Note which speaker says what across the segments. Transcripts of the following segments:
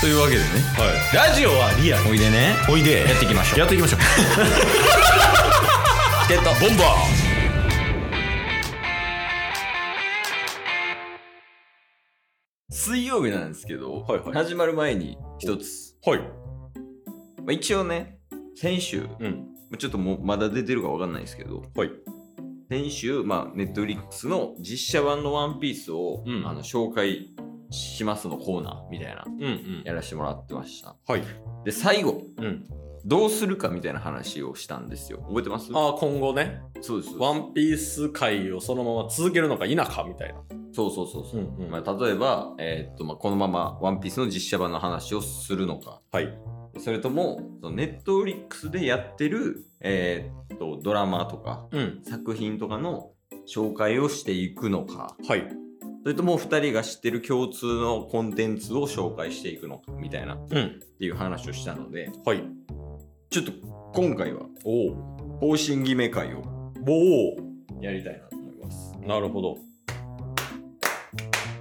Speaker 1: というわけでね
Speaker 2: ラジオはリアル
Speaker 1: おいでね
Speaker 2: おいで
Speaker 1: やっていきましょう
Speaker 2: やっていきましょう
Speaker 1: チケットボンバー水曜日なんですけど、
Speaker 2: はいはい
Speaker 1: 始まる前に一つ、
Speaker 2: はい
Speaker 1: まあ、一応ね先週
Speaker 2: うん
Speaker 1: ちょっともうまだ出てるかわかんないですけど
Speaker 2: はい
Speaker 1: 先週まあネットフリックスの実写版の「ワンピースを、
Speaker 2: うん
Speaker 1: あの紹介しますのコーナーみたいな
Speaker 2: うんうん
Speaker 1: やらせてもらってました
Speaker 2: はい
Speaker 1: で最後
Speaker 2: うん
Speaker 1: どうするかみたいな話をしたんですよ覚えてます
Speaker 2: ああ今後ね
Speaker 1: そうです
Speaker 2: ワンピース界をそのまま続けるのか否かみたいな
Speaker 1: そうそうそうそう
Speaker 2: うんうん
Speaker 1: まあ、例えば、えーっとまあ、このまま「ワンピースの実写版の話をするのか
Speaker 2: はい
Speaker 1: それともそのネットフリックスでやってる、えーっとドラマとか
Speaker 2: うん
Speaker 1: 作品とかの紹介をしていくのか
Speaker 2: はい
Speaker 1: それとも2人が知ってる共通のコンテンツを紹介していくのかみたいなっ
Speaker 2: うん
Speaker 1: ていう話をしたので
Speaker 2: はい
Speaker 1: ちょっと今回は
Speaker 2: お
Speaker 1: 方針決め会を
Speaker 2: おお
Speaker 1: やりたいなと思います
Speaker 2: なるほど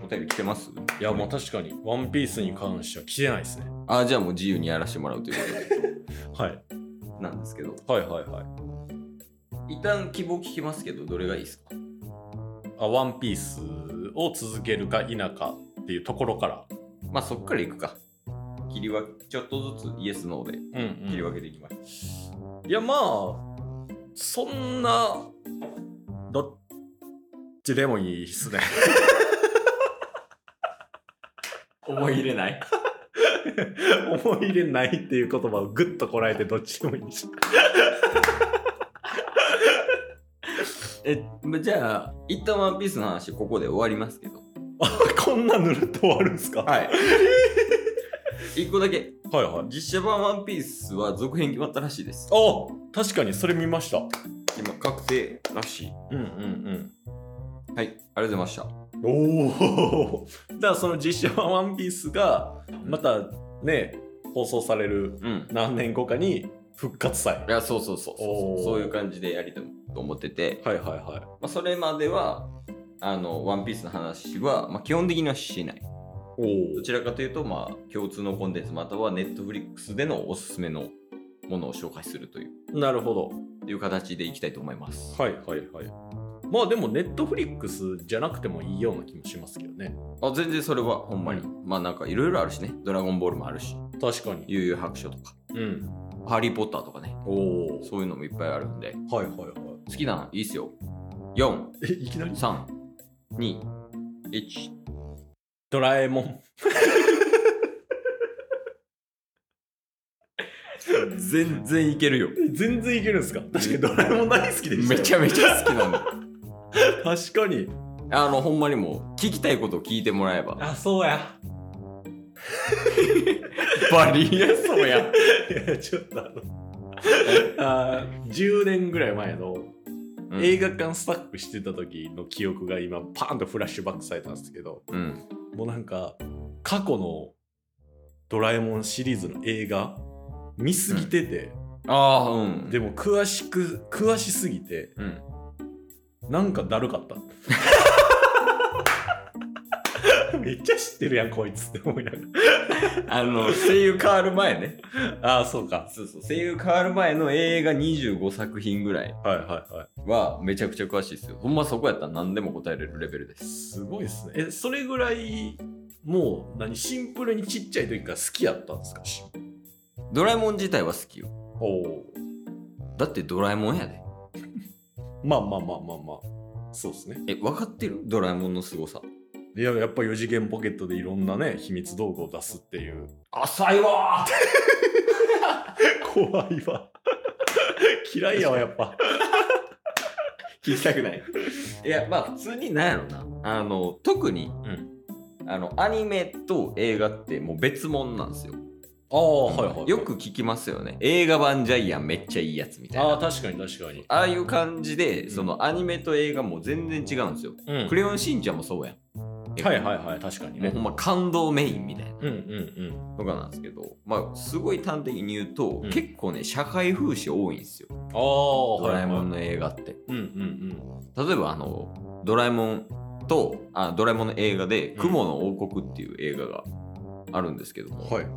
Speaker 1: お便り来てます
Speaker 2: いやまあ確かにワンピースに関しては来てないですね
Speaker 1: あじゃあもう自由にやらせてもらうというこ
Speaker 2: はい
Speaker 1: となんですけど
Speaker 2: はいはいはい
Speaker 1: 一旦希望聞きますけどどれがいいですか
Speaker 2: あワンピースを続けるか否かっていうところから
Speaker 1: まあそっからいくか。切り分け、ちょっとずつイエス、ノーで
Speaker 2: うん、
Speaker 1: 切り分けていきます。
Speaker 2: いやまあそんなどっちでもいいっすね
Speaker 1: 思い入れない。
Speaker 2: 思い入れないっていう言葉をグッとこらえてどっちでもいいし
Speaker 1: え、まじゃあ、一旦ワンピースの話、ここで終わりますけど。。
Speaker 2: あこんなぬるっと終わるんすかはい
Speaker 1: 一個だけ、
Speaker 2: いはい
Speaker 1: 実写版ワンピースは続編決まったらしいです。
Speaker 2: あ確かにそれ見ました
Speaker 1: 今、確定らしい。
Speaker 2: うんうん
Speaker 1: はい、ありがとうございました。
Speaker 2: うんおおだからその実写版「ワンピースがまたね放送される
Speaker 1: うん。
Speaker 2: 何年後かに復活祭
Speaker 1: いや、そうそうそうそう
Speaker 2: おー
Speaker 1: そういう感じでやりたいと思ってて、
Speaker 2: はいはいはい
Speaker 1: まあ、それまでは、あの、ワンピースの話は、まあ、基本的にはしない。
Speaker 2: おお
Speaker 1: どちらかというと、まあ、共通のコンテンツまたはネットフリックスでのおすすめのものを紹介するという
Speaker 2: なるほど
Speaker 1: いう形でいきたいと思います。
Speaker 2: はいはいはいまあでもネットフリックスじゃなくてもいいような気もしますけどね
Speaker 1: あ全然それはほんまに、まあなんかいろいろあるしね、ドラゴンボールもあるし、
Speaker 2: 確かに
Speaker 1: 悠々白書とか、
Speaker 2: うん
Speaker 1: ハリー・ポッターとかね、
Speaker 2: おお
Speaker 1: そういうのもいっぱいあるんで、
Speaker 2: はいはいはい
Speaker 1: 好きなのいいっすよ。4、
Speaker 2: えいきなり
Speaker 1: 3、2、1。
Speaker 2: ドラえもん
Speaker 1: 全然いけるよ。
Speaker 2: 全然いけるんですか確かにドラえもん大好きでした
Speaker 1: めちゃめちゃ好きなんで。
Speaker 2: 確かに
Speaker 1: あの、ほんまにもう、聞きたいことを聞いてもらえば。
Speaker 2: あそうや
Speaker 1: バリエそうや。
Speaker 2: いやちょっとあのあー10年ぐらい前の
Speaker 1: うん
Speaker 2: 映画館スタッフしてた時の記憶が今パーンとフラッシュバックされたんですけど
Speaker 1: うん。
Speaker 2: もうなんか過去のドラえもんシリーズの映画見すぎてて、
Speaker 1: ああ、うん。
Speaker 2: でも詳しく詳しすぎて
Speaker 1: うん。
Speaker 2: なんかだるかった めっちゃ知ってるやんこいつって思いなが
Speaker 1: あの、声優変わる前ね。
Speaker 2: らああそうか
Speaker 1: そうそう、声優変わる前の映画25作品ぐらい
Speaker 2: はいはいは
Speaker 1: はめちゃくちゃ詳しいですよ。ほんまそこやったら何でも答えれるレベルで
Speaker 2: い
Speaker 1: す。
Speaker 2: すごいっすねえそれぐらいもう何シンプルにちっちゃい時から好きやったんですか
Speaker 1: ドラえもん自体は好きよ。
Speaker 2: おお
Speaker 1: だってドラえもんやで。
Speaker 2: まあまあまあまあまあそうですね
Speaker 1: え、分かってるドラえもんの凄さ。
Speaker 2: いややっぱ4次元ポケットでいろんなね秘密道具を出すっていう
Speaker 1: 浅いわー
Speaker 2: 怖いわ嫌いやわやっぱ
Speaker 1: 聞きたくない。いや、まあ普通になんやろな。あの、特に、
Speaker 2: ん
Speaker 1: あの、アニメと映画ってもう別物なんですよ。
Speaker 2: ああはいはい、はい、
Speaker 1: よく聞きますよね。映画版ジャイアンめっちゃいいやつみたいな。
Speaker 2: ああ確かに確かに
Speaker 1: ああいう感じで、
Speaker 2: ん
Speaker 1: そのアニメと映画も全然違うんですよ。
Speaker 2: うん
Speaker 1: クレヨンしんちゃんもそうやん。
Speaker 2: はいはいはい確か
Speaker 1: も
Speaker 2: に
Speaker 1: う
Speaker 2: ね
Speaker 1: ほんま感動メインみたいな
Speaker 2: うんうん
Speaker 1: のがなんですけど、まあ、すごい端的に言うと、
Speaker 2: うん
Speaker 1: 結構ね、社会風刺多いんですよ。
Speaker 2: うんああ
Speaker 1: ドラえもん
Speaker 2: ね
Speaker 1: の映画って。
Speaker 2: うんうん
Speaker 1: 例えば、あの、ドラえもんと、あドラえもんの映画で、
Speaker 2: ん
Speaker 1: 雲の王国っていう映画があるんですけども、
Speaker 2: はい。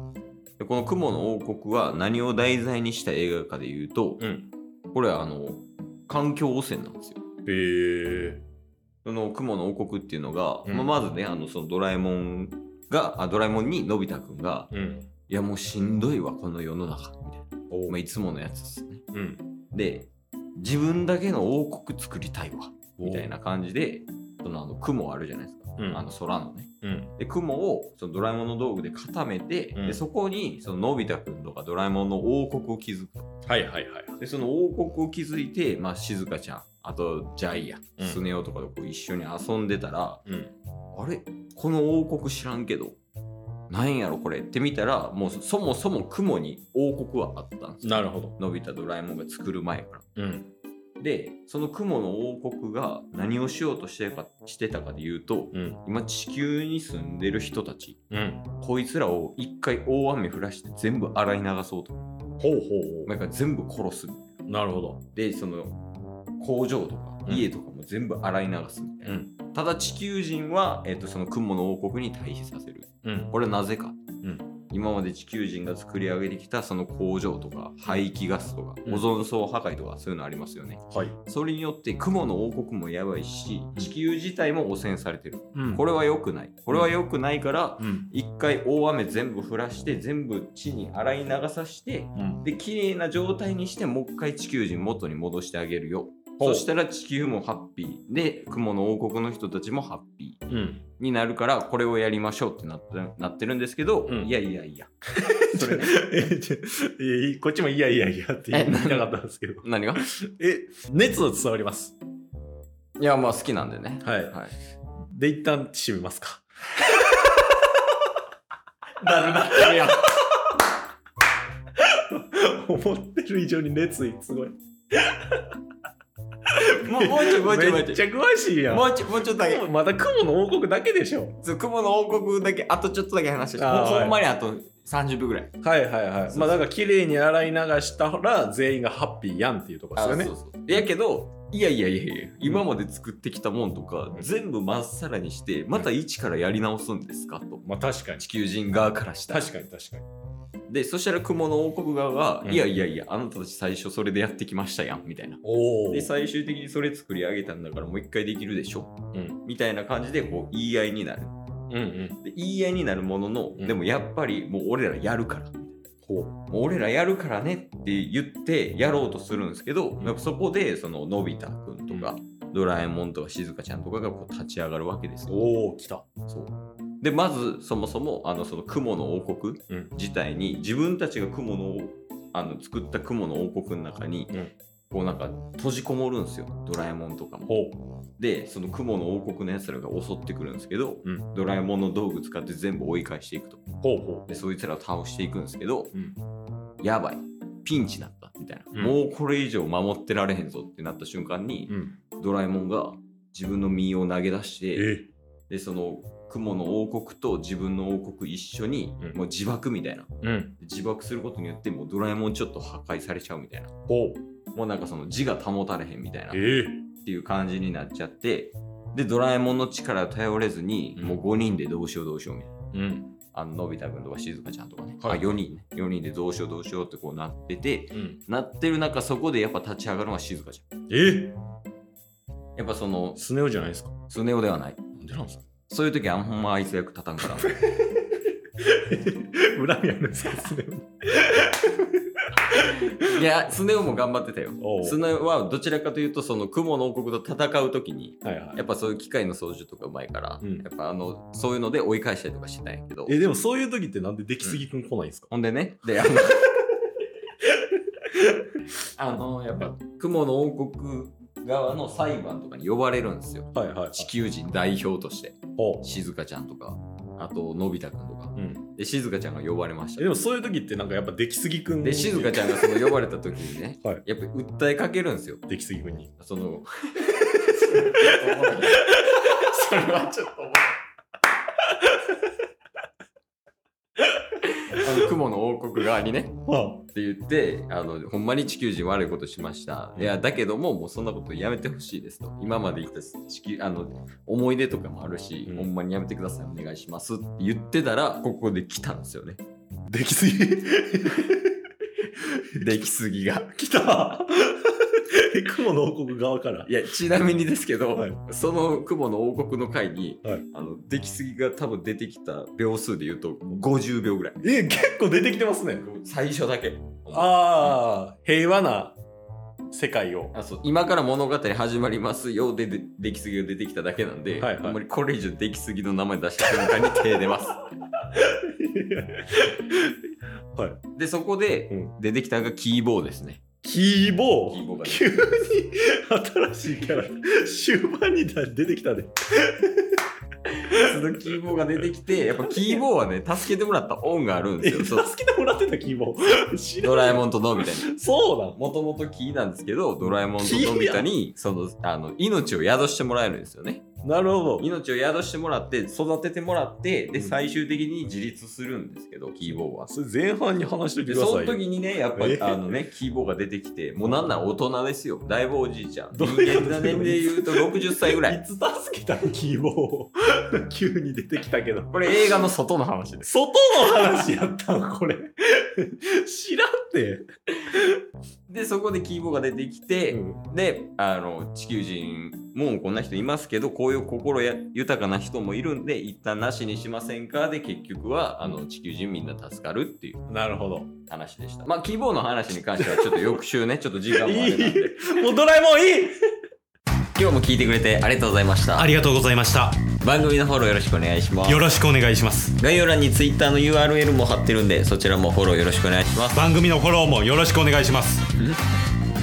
Speaker 1: でこの「雲の王国」は何を題材にした映画かで言うと、
Speaker 2: うん。
Speaker 1: これはあの環境汚染なんですよ。
Speaker 2: えー。
Speaker 1: その雲の王国っていうのが、
Speaker 2: うん
Speaker 1: まあまずねあのそのドラえもんがあドラえもんにのび太くんが
Speaker 2: うん。
Speaker 1: 「いやもうしんどいわこの世の中」みたいな、
Speaker 2: お
Speaker 1: まあ、いつものやつですね。
Speaker 2: うん。
Speaker 1: で自分だけの王国作りたいわみたいな感じでそのあの雲あるじゃないですか、
Speaker 2: うん
Speaker 1: あの空のね。
Speaker 2: うん。
Speaker 1: で雲をそのドラえもんの道具で固めて、
Speaker 2: うん
Speaker 1: でそこにそののび太くんとかドラえもんの王国を築く
Speaker 2: はいはいはい。
Speaker 1: でその王国を築いて、まあ、静香ちゃんあとジャイア
Speaker 2: うん
Speaker 1: スネ夫とかとこう一緒に遊んでたら、
Speaker 2: うん。
Speaker 1: あれこの王国知らんけどなんやろこれって見たらもうそそもそも雲に王国はあったんですよ
Speaker 2: なるほど。
Speaker 1: のび太ドラえもんが作る前から。
Speaker 2: うん。
Speaker 1: でその雲の王国が何をしようとしてかしてたかで言うと
Speaker 2: うん。
Speaker 1: 今地球に住んでる人たち
Speaker 2: うん。
Speaker 1: こいつらを一回大雨降らして全部洗い流そうと
Speaker 2: ほうほうほ
Speaker 1: なんか全部殺す
Speaker 2: う。なるほど。
Speaker 1: でその工場とか
Speaker 2: うん
Speaker 1: 家とかも全部洗い流すみたいな、
Speaker 2: ん。
Speaker 1: ただ地球人は、えっとその雲の王国に対比させる
Speaker 2: うん。
Speaker 1: これはなぜか、
Speaker 2: ん
Speaker 1: 今まで地球人が作り上げてきたその工場とか排気ガスとか
Speaker 2: うん
Speaker 1: オゾン層破壊とかそういうのありますよね
Speaker 2: はい。
Speaker 1: それによって雲の王国もやばいし地球自体も汚染されてる
Speaker 2: うん
Speaker 1: こ
Speaker 2: れ。
Speaker 1: れは良くないこれは良くないから
Speaker 2: うん。
Speaker 1: 一回大雨全部降らして全部地に洗い流さして
Speaker 2: うん。
Speaker 1: で綺麗な状態にしてもう一回地球人元に戻してあげるよ
Speaker 2: ほう
Speaker 1: そしたら地球もハッピーで雲の王国の人たちもハッピー
Speaker 2: うん。
Speaker 1: になるからこれをやりましょうってなってなってるんですけど、
Speaker 2: うん
Speaker 1: いやいやいや
Speaker 2: そ
Speaker 1: そ
Speaker 2: れ
Speaker 1: れ
Speaker 2: ね
Speaker 1: ね、
Speaker 2: えちょいやこっちもいやいやいやって言いたかったんですけど。
Speaker 1: 何が
Speaker 2: え、熱は伝わります。
Speaker 1: いやまあ好きなんでね
Speaker 2: はい
Speaker 1: はい、
Speaker 2: で、一旦閉めますか。
Speaker 1: だるなってるやん
Speaker 2: 思ってる以上に熱意すごい。
Speaker 1: もうもうちょいもうちょいも
Speaker 2: め
Speaker 1: う
Speaker 2: っち
Speaker 1: ち
Speaker 2: ゃ
Speaker 1: ょい
Speaker 2: 詳しいやん。
Speaker 1: もうちょいもうちょっとだけ
Speaker 2: 雲また雲の王国だけでしょ。
Speaker 1: そう雲の王国だけあとちょっとだけ話して
Speaker 2: あー
Speaker 1: ほ
Speaker 2: はい
Speaker 1: ほんまにあと30分ぐらい
Speaker 2: はいはいはい。
Speaker 1: そう
Speaker 2: まあだから綺麗に洗い流したら全員がハッピーやんっていうところですよ
Speaker 1: そうそ
Speaker 2: ね。
Speaker 1: うやけどいやいやいやいや今まで作ってきたもんとか、全部まっさらにしてまた一からやり直すんですかと
Speaker 2: まあ確かに
Speaker 1: 地。球人側からしたら
Speaker 2: 確かに確かに。
Speaker 1: でそしたら雲の王国側が、
Speaker 2: うん
Speaker 1: いやいやいやあなたたち最初それでやってきましたやんみたいな
Speaker 2: おお。
Speaker 1: で最終的にそれ作り上げたんだからもう一回できるでしょ、
Speaker 2: うん
Speaker 1: みたいな感じでこう言い合いになる
Speaker 2: うんうん。
Speaker 1: で言い合いになるものの、
Speaker 2: うん
Speaker 1: でもやっぱりもう俺らやるから
Speaker 2: ほう。
Speaker 1: もう俺らやるからねって言ってやろうとするんですけど、
Speaker 2: うん
Speaker 1: やっぱそこでそののび太くんとか、ドラえもんとかしずかちゃんとかがこう立ち上がるわけですよ。
Speaker 2: おお来た。
Speaker 1: そうでまずそもそもあのその雲の王国
Speaker 2: うん
Speaker 1: 自体に自分たちが雲のあの作った雲の王国の中に、
Speaker 2: うん
Speaker 1: こうなんか閉じこもるんですよドラえもんとかも。
Speaker 2: ほ
Speaker 1: でその雲の王国のやつらが襲ってくるんですけど、
Speaker 2: うん
Speaker 1: ドラえもんの道具使って全部追い返していくと。
Speaker 2: うほうほ
Speaker 1: でそいつらを倒していくんですけど、
Speaker 2: うん
Speaker 1: やばいピンチだったみたいな、
Speaker 2: うん
Speaker 1: もうこれ以上守ってられへんぞってなった瞬間に
Speaker 2: う。、うん。
Speaker 1: ドラえもんが自分の身を投げ出して
Speaker 2: え
Speaker 1: でその雲の王国と自分の王国一緒に、
Speaker 2: うん
Speaker 1: もう自爆みたいな
Speaker 2: うん。
Speaker 1: 自爆することによってもうドラえもんちょっと破壊されちゃうみたいな
Speaker 2: ほう。
Speaker 1: もうなんかその自我保たれへんみたいなっ
Speaker 2: え
Speaker 1: ていう感じになっちゃってでドラえもんの力を頼れずに、
Speaker 2: うん
Speaker 1: もう5人でどうしようどうしようみたいな。
Speaker 2: うん。
Speaker 1: あののび太くんとか静香ちゃんとかね、
Speaker 2: はい
Speaker 1: あ4人ね4人でどうしようどうしようってこうなってて
Speaker 2: うん。
Speaker 1: なってる中そこでやっぱ立ち上がるのは静香ちゃ
Speaker 2: え
Speaker 1: んやっぱその
Speaker 2: スネ夫じゃないですか。
Speaker 1: スネ夫ではない
Speaker 2: なんでなんですか
Speaker 1: そういう時はあんまあいつ役立たんから
Speaker 2: 恨みあるんですか、スネ
Speaker 1: いやスネ夫も頑張ってたよ
Speaker 2: おう
Speaker 1: スネ夫はどちらかというとその雲の王国と戦う時に
Speaker 2: 夫。はいは
Speaker 1: やっぱそういう機械の操縦とかうまいから、
Speaker 2: うん
Speaker 1: やっぱあのそういうので追い返したりとかしてたんやけど
Speaker 2: い。え、でもそういう時ってなんで出来すぎくん来ないんですか、
Speaker 1: ほんでね、で、あの、 あのやっぱ、雲の王国側の裁判とかに呼ばれるんですよ。
Speaker 2: はいはい
Speaker 1: 地球人代表として、
Speaker 2: ほう。
Speaker 1: 静香ちゃんとか、あと、のび太くんとか。
Speaker 2: うん、
Speaker 1: で、静香ちゃんが呼ばれまし
Speaker 2: えで
Speaker 1: た。
Speaker 2: もそういう時ってなんかやっぱ出来すぎくん、
Speaker 1: で、静香ちゃんがその呼ばれた時にね
Speaker 2: はい
Speaker 1: やっぱ訴えかけるんですよ。
Speaker 2: 出来すぎくんに
Speaker 1: そ の、
Speaker 2: それはちょっと
Speaker 1: あのあの雲の王国側にね
Speaker 2: は
Speaker 1: って言ってあのほんまに地球人悪いことしましたいやだけどももうそんなことやめてほしいですと今まで言った地球あの思い出とかもあるし、
Speaker 2: うん
Speaker 1: ほんまにやめてくださいお願いしますって言ってたらここで来たんですよね
Speaker 2: あできす ぎ
Speaker 1: 出来すぎが
Speaker 2: 来た 雲の王国側から
Speaker 1: いやちなみにですけど、
Speaker 2: はい
Speaker 1: その雲の王国の回に、
Speaker 2: はい
Speaker 1: あの出来すぎが多分出てきた秒数で言うと50秒ぐらい
Speaker 2: え結構出てきてますね
Speaker 1: 最初だけ
Speaker 2: ああ平和な世界 を
Speaker 1: あそう今から物語始まりますよでで出来すぎが出てきただけなんで、
Speaker 2: はいはい
Speaker 1: あんまりこれ以上出来すぎの名前出した瞬間に手出ます
Speaker 2: はい
Speaker 1: でそこで
Speaker 2: う
Speaker 1: 出てきたのがキーボーですね
Speaker 2: キーボー
Speaker 1: キーボーが
Speaker 2: 急に新しいキャラ終盤に出てきたで
Speaker 1: そのキーボーが出てきてやっぱキーボーは ね助けてもらった恩があるんですよそう
Speaker 2: 助けてもらってたキーボー知ら
Speaker 1: ドラえ
Speaker 2: ん
Speaker 1: もんとのび太に
Speaker 2: そうなん
Speaker 1: もともとキーなんですけどドラえもんとのび太にそのあの命を宿してもらえるんですよね
Speaker 2: なるほど
Speaker 1: 命を宿してもらって育ててもらってで
Speaker 2: うん
Speaker 1: 最終的に自立するんですけどキーボーは
Speaker 2: それ前半に話しといて
Speaker 1: で
Speaker 2: ください
Speaker 1: その
Speaker 2: よ
Speaker 1: 時にねやっぱ、
Speaker 2: えー
Speaker 1: あのねキーボーが出てきてもうなんなら大人ですよだいぶおじいちゃん
Speaker 2: ど
Speaker 1: 人
Speaker 2: ういうこ
Speaker 1: 間
Speaker 2: と
Speaker 1: な年齢で言うと60歳ぐら い
Speaker 2: いつ助けたのキーボーを 急に出てきたけど
Speaker 1: これ映画の外の話です
Speaker 2: 外の話やったんこれ知らんて、
Speaker 1: でそこでキーボーが出てきて、であの地球人もうこんな人いますけどこういう心や豊かな人もいるんで一旦なしにしませんかで結局はあの地球人みんな助かるっていう
Speaker 2: なるほど
Speaker 1: 話でしたまあ希望の話に関してはちょっと翌週ねちょっと時間もあ
Speaker 2: い
Speaker 1: れなんで
Speaker 2: いもうドラえもんいい
Speaker 1: 今日も聞いてくれてありがとうございました
Speaker 3: ありがとうございました。
Speaker 1: 番組のフォローよろしくお願いします
Speaker 3: よろしくお願いします。
Speaker 1: 概要欄に Twitter の URL も貼ってるんでそちらもフォローよろしくお願いします
Speaker 3: 番組のフォローもよろしくお願いします。